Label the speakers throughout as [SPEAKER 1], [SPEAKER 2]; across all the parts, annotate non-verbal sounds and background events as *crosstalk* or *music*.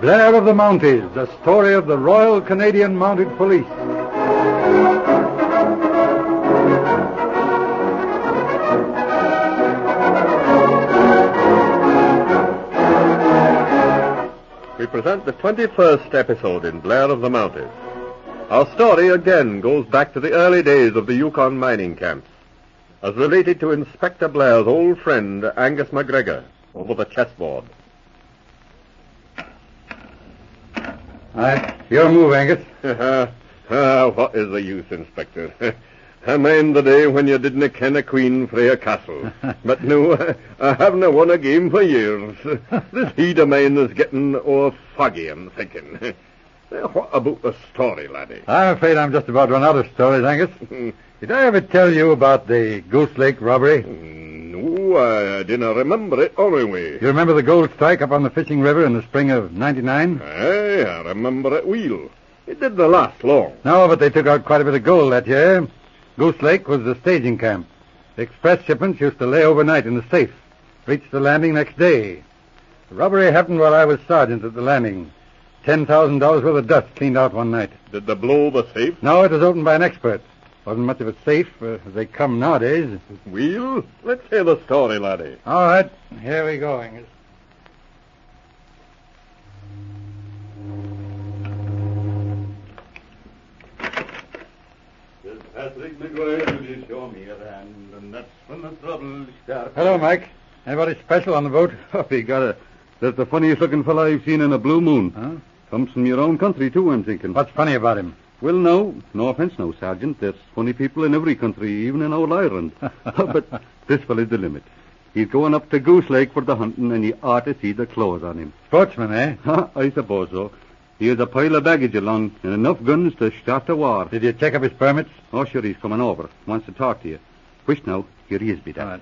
[SPEAKER 1] Blair of the Mounties, the story of the Royal Canadian Mounted Police.
[SPEAKER 2] We present the 21st episode in Blair of the Mounties. Our story again goes back to the early days of the Yukon mining camps, as related to Inspector Blair's old friend, Angus MacGregor, over the chessboard. *laughs*
[SPEAKER 1] Aye, your move, Angus.
[SPEAKER 2] ah, what is the use, Inspector? *laughs* I mind the day when you didna ken a queen frae a castle. but no, *laughs* I haven't won a game for years. this heat of mine is getting o'er foggy, I'm thinking. *laughs* Eh, what about the story, laddie? *laughs*
[SPEAKER 1] I'm afraid I'm just about run out of stories, Angus. Did I ever tell you about the Goose Lake robbery?
[SPEAKER 2] No, I, I dinna remember it anyway.
[SPEAKER 1] You remember the gold strike up on the fishing river in the spring of 99?
[SPEAKER 2] Aye, I remember it weel. It didna last long.
[SPEAKER 1] No, but they took out quite a bit of gold that year. Goose Lake was the staging camp. The express shipments used to lay overnight in the safe, reach the landing next day. The robbery happened while I was sergeant at the landing. $10,000 worth of dust cleaned out one night.
[SPEAKER 2] Did they blow the safe?
[SPEAKER 1] No, it was opened by an expert. Wasn't much of a safe uh, as they come nowadays.
[SPEAKER 2] Weel, let's hear the story, laddie.
[SPEAKER 1] All right, here we go, Angus.
[SPEAKER 3] There's Patrick McGuire to show me your hand, and that's when the trouble starts.
[SPEAKER 1] Hello, Mike. Anybody special on the boat? *laughs* Oh,
[SPEAKER 3] Huffy, got a. That's the funniest looking fellow I've seen in a blue moon.
[SPEAKER 1] Huh?
[SPEAKER 3] Comes from your own country, too, I'm thinking.
[SPEAKER 1] What's funny about him?
[SPEAKER 3] Well, no. No offense, no, Sergeant. There's funny people in every country, even in old Ireland. *laughs* but this fellow's the limit. He's going up to Goose Lake for the hunting, and you ought to see the clothes on him. *laughs*
[SPEAKER 1] Sportsman, eh?
[SPEAKER 3] I suppose so. He has a pile of baggage along and enough guns to start a war.
[SPEAKER 1] Did you check up his permits?
[SPEAKER 3] Oh, sure, he's coming over. Wants to talk to you. Wish now, here he is, be done.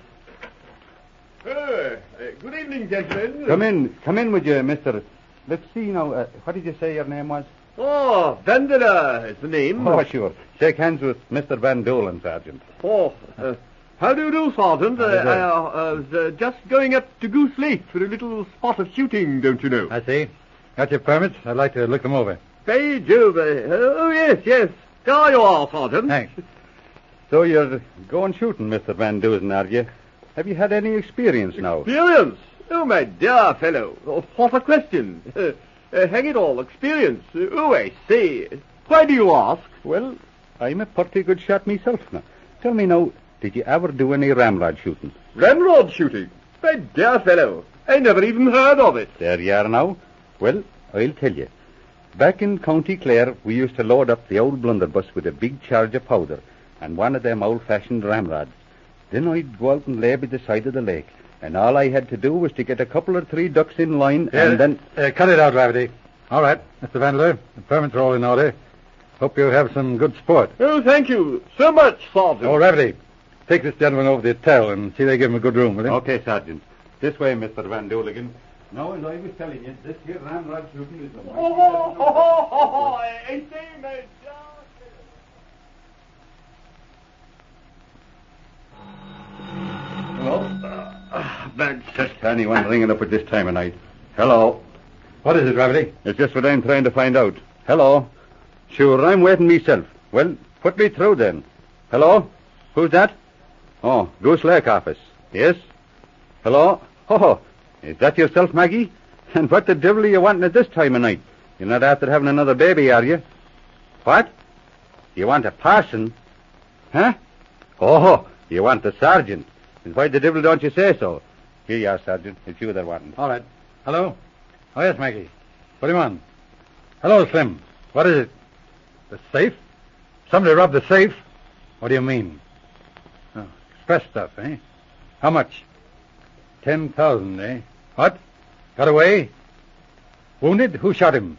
[SPEAKER 2] good evening, gentlemen.
[SPEAKER 3] Come in. Come in with you, mister. Let's see now. Uh, what did you say your name was?
[SPEAKER 2] Oh, Vandela is the
[SPEAKER 1] Hmm.
[SPEAKER 2] name.
[SPEAKER 3] Oh, sure. Shake hands with Mr. Van Dolan, Sergeant.
[SPEAKER 2] Oh, uh, how do you do, Sergeant? Uh,
[SPEAKER 1] How do you do?
[SPEAKER 2] I uh, was uh, just going up to Goose Lake for a little spot of shooting, don't you know?
[SPEAKER 1] I see. Got your permits? I'd like to look them over.
[SPEAKER 2] Hey, Jove. uh, Oh, yes, yes. There you are,
[SPEAKER 1] *laughs*
[SPEAKER 2] Sergeant.
[SPEAKER 1] Thanks.
[SPEAKER 3] So you're going shooting, Mr. Van Dolan, are you? Have you had any experience now?
[SPEAKER 2] Experience? Oh, my dear fellow. Oh, what a question. Uh, uh, hang it all, experience. Uh, oh, I see. Why do you ask?
[SPEAKER 3] Well, I'm a pretty good shot myself now. Tell me now, did you ever do any ramrod shooting?
[SPEAKER 2] Ramrod shooting. My dear fellow. I never even heard of it.
[SPEAKER 3] There you are now. Well, I'll tell you. Back in County Clare, we used to load up the old blunderbuss with a big charge of powder and one of them old-fashioned ramrods. Then I'd go out and lay by the side of the lake, and all I had to do was to get a couple or three ducks in line,
[SPEAKER 1] Here,
[SPEAKER 3] and then...
[SPEAKER 1] uh, cut it out, Laverty. All right, Mr. Vandler, the permits are all in order. Hope you have some good sport.
[SPEAKER 2] Oh, thank you so much, Sergeant.
[SPEAKER 1] Oh, Laverty, take this gentleman over to the hotel and see they give him a good room, will you?
[SPEAKER 3] Okay, Sergeant. This way, Mr. Van Dooligan. Now, as I was telling you, this here ramrod shooting is the...
[SPEAKER 2] Oh, I see, my
[SPEAKER 3] That's Ah, just anyone ringing up at this time of night. Hello.
[SPEAKER 1] What is it, Laverty?
[SPEAKER 3] It's just what I'm trying to find out. Hello. Sure, I'm waiting myself. Well, put me through then. Hello? Who's that? Oh, Goose Lake office. Yes? Hello? Oh, is that yourself, Maggie? *laughs* And what the devil are you wanting at this time of night? You're not after having another baby, are you? What? You want a parson? Huh? Oh, you want the sergeant. And why the devil don't you say so? Here you are, Sergeant. It's you they're wanting.
[SPEAKER 1] All right. Hello? Oh, yes, Maggie. Put him on. Hello, Slim. What is it? The safe? Somebody robbed the safe? What do you mean? Oh, express stuff, eh? How much? Ten thousand, eh? What? Got away? Wounded? Who shot him?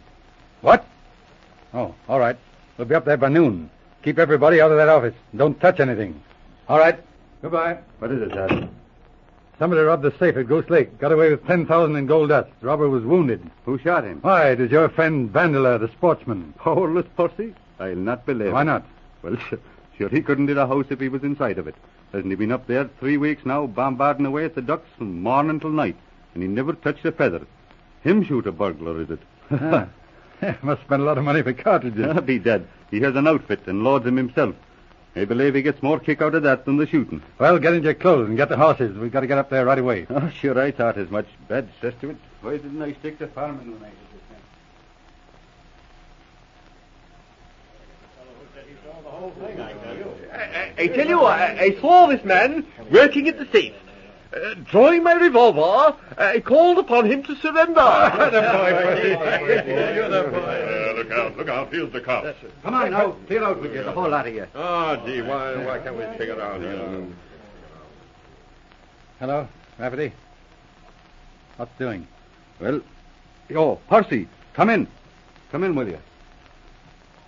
[SPEAKER 1] What? Oh, all right. We'll be up there by noon. Keep everybody out of that office. Don't touch anything. All right. Goodbye.
[SPEAKER 3] What is it, Sergeant?
[SPEAKER 1] Somebody robbed the safe at Goose Lake. Got away with ten thousand in gold dust. The robber was wounded.
[SPEAKER 3] Who shot him?
[SPEAKER 1] Why, it is your friend Vandeler, the sportsman.
[SPEAKER 3] Powerless pussy? I'll not believe
[SPEAKER 1] Why
[SPEAKER 3] it. *laughs*
[SPEAKER 1] not?
[SPEAKER 3] Well, sure, sure, he couldn't hit a house if he was inside of it. Hasn't he been up there three weeks now, bombarding away at the ducks from morning till night, and he never touched a feather? Him shoot a burglar, is it?
[SPEAKER 1] Ah. Yeah, must spend a lot of money for cartridges.
[SPEAKER 3] *laughs* Be dead. He has an outfit and loads them himself. I believe he gets more kick out of that than the shooting.
[SPEAKER 1] *laughs* well, get into your clothes and get the horses. We've got to get up there right away.
[SPEAKER 3] *laughs* Oh, sure, I thought as much. Bad cess to it. Why didn't I stick to farming when I did this thing?
[SPEAKER 2] I, I tell you, I, I saw this man working at the safe. Uh, drawing my revolver, I called upon him to surrender. Uh, look out, look out, here's the cops.
[SPEAKER 1] Come on now, clear out with you, the whole lot of you.
[SPEAKER 2] Ah, gee, why, why can't we stick around here?
[SPEAKER 1] Hello, Rafferty. What's doing?
[SPEAKER 3] Well, yo, Percy, come in. Come in, will you?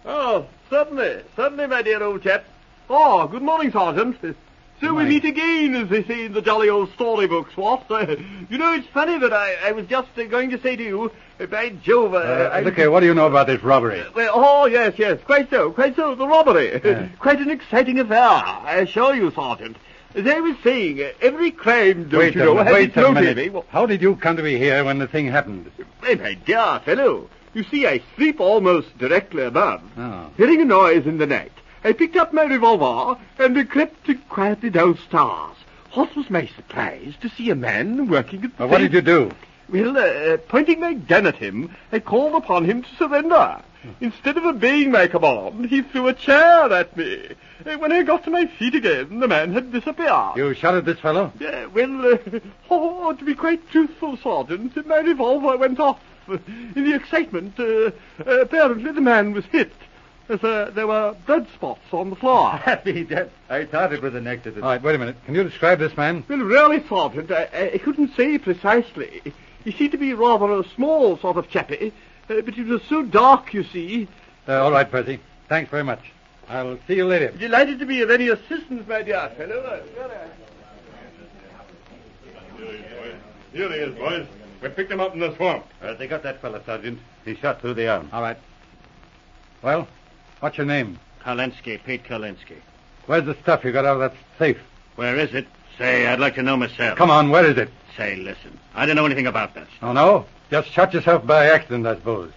[SPEAKER 2] Oh, certainly, certainly, my dear old chap. Oh, good morning, Sergeant. So we meet again, as they say in the jolly old storybooks, what? *laughs* you know, it's funny that I, I was just uh, going to say to you, uh, by Jove, uh, I...
[SPEAKER 1] look here, what do you know about this robbery?
[SPEAKER 2] Well, oh, yes, yes, quite so, quite so, the robbery.
[SPEAKER 1] Yeah.
[SPEAKER 2] *laughs* quite an exciting affair, I assure you, Sergeant. As I was saying, uh, every crime, don't
[SPEAKER 1] wait
[SPEAKER 2] you know,
[SPEAKER 1] a,
[SPEAKER 2] has
[SPEAKER 1] wait
[SPEAKER 2] its
[SPEAKER 1] a
[SPEAKER 2] motive.
[SPEAKER 1] minute.
[SPEAKER 2] eh? Well,
[SPEAKER 1] How did you come to be here when the thing happened?
[SPEAKER 2] eh, my dear fellow, you see, I sleep almost directly above.
[SPEAKER 1] Oh.
[SPEAKER 2] Hearing a noise in the night, I picked up my revolver and I crept quietly downstairs. What was my surprise to see a man working at the
[SPEAKER 1] Well, what did you do?
[SPEAKER 2] Well, uh, pointing my gun at him, I called upon him to surrender.
[SPEAKER 1] Hmm.
[SPEAKER 2] Instead of obeying my command, he threw a chair at me. Uh, When I got to my feet again, the man had disappeared.
[SPEAKER 1] You shot at this fellow?
[SPEAKER 2] Uh, well, uh, *laughs* oh, to be quite truthful, Sergeant, my revolver went off. In the excitement, uh, uh, apparently the man was hit, as uh, there were blood spots on the *laughs* floor.
[SPEAKER 3] Happy death. I thought it was an accident.
[SPEAKER 1] All right, wait a minute. Can you describe this man?
[SPEAKER 2] Well, really, Sergeant, I- I, I couldn't say precisely. He seemed to be rather a small sort of chappie, uh, but it was so dark, you see.
[SPEAKER 1] Uh, all right, Percy. Thanks very much. I'll see you later.
[SPEAKER 2] Delighted to be of any assistance, my dear fellow.
[SPEAKER 4] Here he is, boys. We picked him up in the swamp.
[SPEAKER 3] Uh, they got that fellow, Sergeant. He shot through the arm.
[SPEAKER 1] All right. Well, what's your name?
[SPEAKER 5] Kalinsky, Pete Kalinsky.
[SPEAKER 1] Where's the stuff you got out of that safe?
[SPEAKER 5] Where is it? Say, I'd like to know myself.
[SPEAKER 1] Uh, Come on, where is it?
[SPEAKER 5] Say, listen. I don't know anything about this.
[SPEAKER 1] Oh, no? Just shot yourself by accident, I suppose.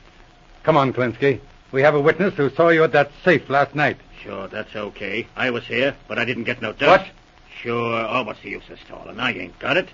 [SPEAKER 1] Come on, Klinsky. We have a witness who saw you at that safe last night.
[SPEAKER 5] Sure, that's okay. I was here, but I didn't get no dirt.
[SPEAKER 1] What?
[SPEAKER 5] Sure. Oh, what's the use of stalling? I ain't got it.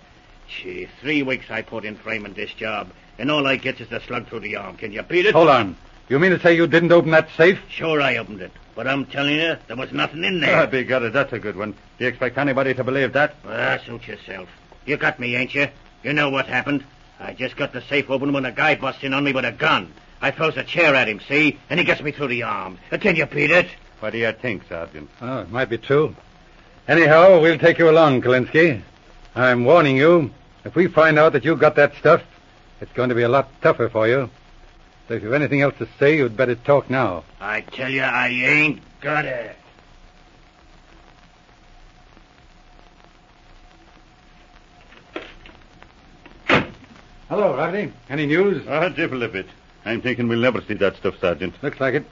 [SPEAKER 5] Gee, three weeks I put in framing this job, and all I get is the slug through the arm. Can you
[SPEAKER 3] *laughs*
[SPEAKER 5] beat it?
[SPEAKER 1] Hold on. You mean to say you didn't open that safe?
[SPEAKER 5] Sure, I opened it, but I'm telling you, there was nothing in there.
[SPEAKER 3] Ah, be God, that's a good one. Do you expect anybody to believe that?
[SPEAKER 5] Ah, suit yourself. You got me, ain't you? You know what happened. I just got the safe open when a guy busts in on me with a gun. I throws a chair at him, see? And he gets me through the arm. Uh, Can you beat it?
[SPEAKER 3] What do you think, Sergeant?
[SPEAKER 1] Oh, it might be true. Anyhow, we'll take you along, Kalinsky. I'm warning you, if we find out that you got that stuff, it's going to be a lot tougher for you. So if you've anything else to say, you'd better talk now.
[SPEAKER 5] I tell you, I ain't got it.
[SPEAKER 1] Hello, Rafferty. Any news?
[SPEAKER 3] Ah, devil a bit. I'm thinking we'll never see that stuff, Sergeant.
[SPEAKER 1] Looks like it.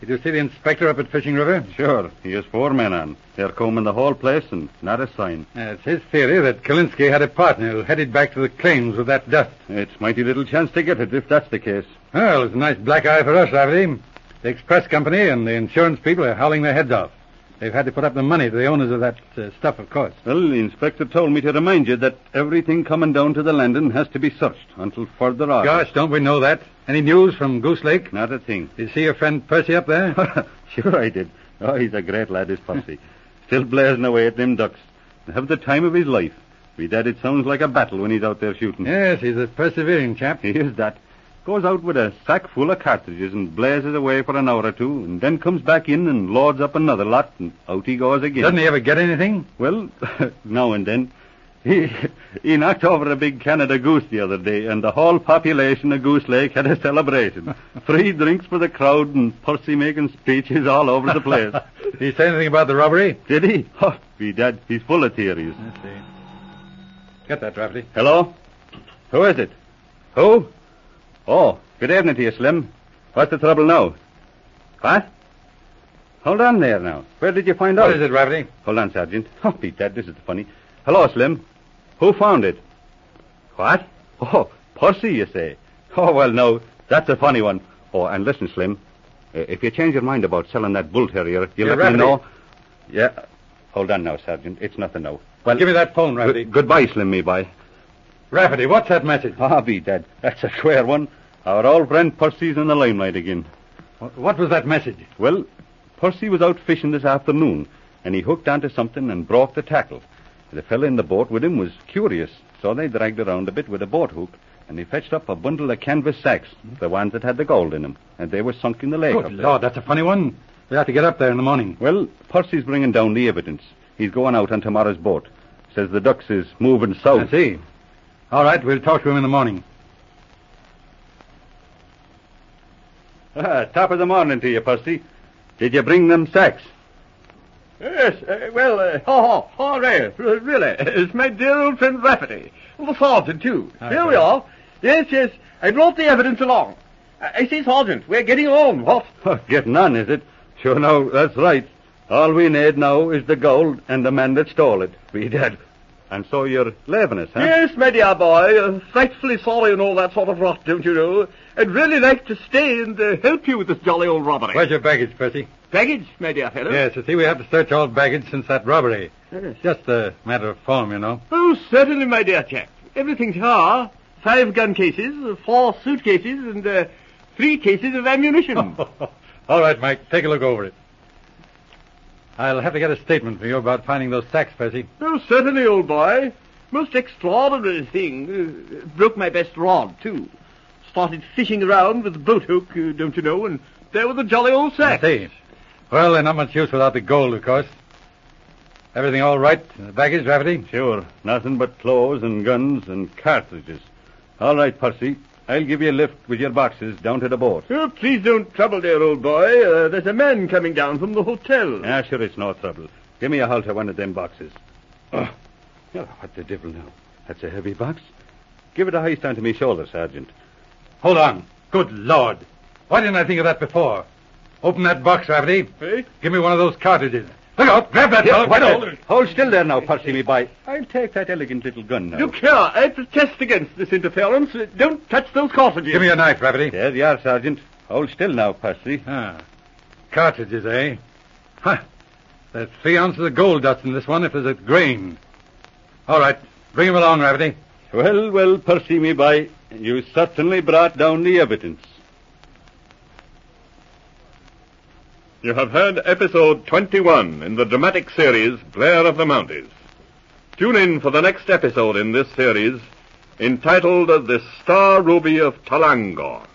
[SPEAKER 1] Did you see the inspector up at Fishing River?
[SPEAKER 3] Sure, he has four men on. They're combing the whole place and not a sign.
[SPEAKER 1] Uh, it's his theory that Kalinsky had a partner who headed back to the claims with that dust.
[SPEAKER 3] It's mighty little chance to get it if that's the case.
[SPEAKER 1] Well, it's a nice black eye for us, Rafferty. The express company and the insurance people are howling their heads off. They've had to put up the money to the owners of that uh, stuff, of course.
[SPEAKER 3] Well, the inspector told me to remind you that everything coming down to the landing has to be searched until further order.
[SPEAKER 1] Gosh, don't we know that? Any news from Goose Lake?
[SPEAKER 3] Not a thing. *laughs*
[SPEAKER 1] Did you see your friend Percy up there?
[SPEAKER 3] sure I did. Oh, he's a great lad, is Posse. Still blazing away at them ducks. Have the time of his life. Be that it sounds like a battle when he's out there shooting.
[SPEAKER 1] yes, he's a persevering chap.
[SPEAKER 3] He is that. Goes out with a sack full of cartridges and blazes away for an hour or two, and then comes back in and loads up another lot, and out he goes again.
[SPEAKER 1] Doesn't he ever get anything?
[SPEAKER 3] Well, now and then. He, he knocked over a big Canada goose the other day, and the whole population of Goose Lake had a
[SPEAKER 1] *laughs*
[SPEAKER 3] celebration. Three drinks for the crowd, and Percy making speeches all *laughs* over the place.
[SPEAKER 1] *laughs* Did he say anything about the robbery?
[SPEAKER 3] Did he? Oh, be dead. He's full of theories.
[SPEAKER 1] Let's see. Get that, Rafferty.
[SPEAKER 3] Hello? Who is it? Who? Oh, good evening to you, Slim. What's the trouble now? What? Hold on there now. Where did you find out?
[SPEAKER 1] What is it, Rafferty?
[SPEAKER 3] Hold on, Sergeant. *laughs* Oh, be dead. This is funny. Hello, Slim. Who found it? What? Oh, Percy, you say? Oh, well, no. That's a funny one. Oh, and listen, Slim. i- If you change your mind about selling that bull terrier,
[SPEAKER 1] Yeah,
[SPEAKER 3] you let me
[SPEAKER 1] Rafferty.
[SPEAKER 3] know. Yeah. Hold on now, Sergeant. It's nothing now. Well,
[SPEAKER 1] Give me that phone,
[SPEAKER 3] good-
[SPEAKER 1] Rafferty.
[SPEAKER 3] goodbye, Slim, me bye.
[SPEAKER 1] Rafferty, what's that message?
[SPEAKER 3] Ah, be dead. That's a square one. Our old friend Percy's in the limelight again.
[SPEAKER 1] Wh- What was that message?
[SPEAKER 3] Well, Percy was out fishing this afternoon, and he hooked onto something and broke the tackle. The fellow in the boat with him was curious, so they dragged around a bit with a boat hook, and he fetched up a bundle of canvas sacks, the ones that had the gold in 'em, and they were sunk in the lake. up
[SPEAKER 1] Hmm? Good
[SPEAKER 3] there.
[SPEAKER 1] Lord, that's a funny one. We'll have to get up there in the morning.
[SPEAKER 3] Well, Percy's bringing down the evidence. He's going out on tomorrow's boat. Says the ducks is moving south.
[SPEAKER 1] I see. All right, we'll talk to him in the morning.
[SPEAKER 3] Ah, top of the morning to you, Percy. Did you bring them sacks? *laughs*
[SPEAKER 2] Yes, uh, well, uh, oh, oh, all right, uh, really, it's my dear old friend Rafferty. And the sergeant, too.
[SPEAKER 1] Hi,
[SPEAKER 2] Here we
[SPEAKER 1] Sergeant.
[SPEAKER 2] are. Yes, yes, I brought the evidence along. Uh, I, I see, Sergeant, we're getting on, what?
[SPEAKER 3] Getting on, is it? Sure, no, that's right. All we need now is the gold and the man that stole it. Be dead. And so you're leaving us, huh?
[SPEAKER 2] Yes, my dear boy, uh, frightfully sorry and all that sort of rot, don't you know? I'd really like to stay and uh, help you with this jolly old robbery.
[SPEAKER 1] Where's your baggage, Percy?
[SPEAKER 2] baggage, my dear fellow?
[SPEAKER 1] Yes, you see, we have to search all baggage since that robbery.
[SPEAKER 2] Yes.
[SPEAKER 1] Just a matter of form, you know. *laughs*
[SPEAKER 2] Oh, certainly, my dear chap. Everything's here. Five gun cases, four suitcases, and uh, three cases of ammunition.
[SPEAKER 1] all right, Mike, take a look over it. I'll have to get a statement from you about finding those sacks, Percy.
[SPEAKER 2] oh, certainly, old boy. Most extraordinary thing. Uh, broke my best rod, too. Started fishing around with the boat hook, uh, don't you know, and there were the jolly old sacks.
[SPEAKER 1] I see. Well, they're not much use without the gold, of course. Everything all right? The baggage, Rafferty?
[SPEAKER 3] Sure. Nothing but clothes and guns and cartridges. All right, Percy. I'll give you a lift with your boxes down to the boat.
[SPEAKER 2] Oh, please don't trouble, dear old boy. Uh, there's a man coming down from the hotel.
[SPEAKER 3] Ah, sure, it's no trouble. Give me a halter one of them boxes. Oh, what the devil now? That's a heavy box. Give it a hoist onto me shoulder, Sergeant.
[SPEAKER 1] Hold on. Good Lord. Why didn't I think of that before? Open that box, Rafferty.
[SPEAKER 2] Eh?
[SPEAKER 1] Give me one of those cartridges. Look out! Grab that fellow!
[SPEAKER 3] Hold-
[SPEAKER 1] Hold it.
[SPEAKER 3] Hold still there now, Percy, me boy. I'll take that elegant little gun now.
[SPEAKER 2] Look here, I protest against this interference. Uh, Don't touch those cartridges.
[SPEAKER 1] Give me a knife, Rafferty.
[SPEAKER 3] There you are, Sergeant. Hold still now, Percy.
[SPEAKER 1] Ah, cartridges, eh? Huh. There's three ounces of gold dust in this one if there's a grain. All right. Bring him along, Rafferty.
[SPEAKER 3] Well, well, Percy, me boy, you certainly brought down the evidence.
[SPEAKER 4] You have heard episode 21 in the dramatic series Blair of the Mounties. Tune in for the next episode in this series entitled The Star Ruby of Talangor.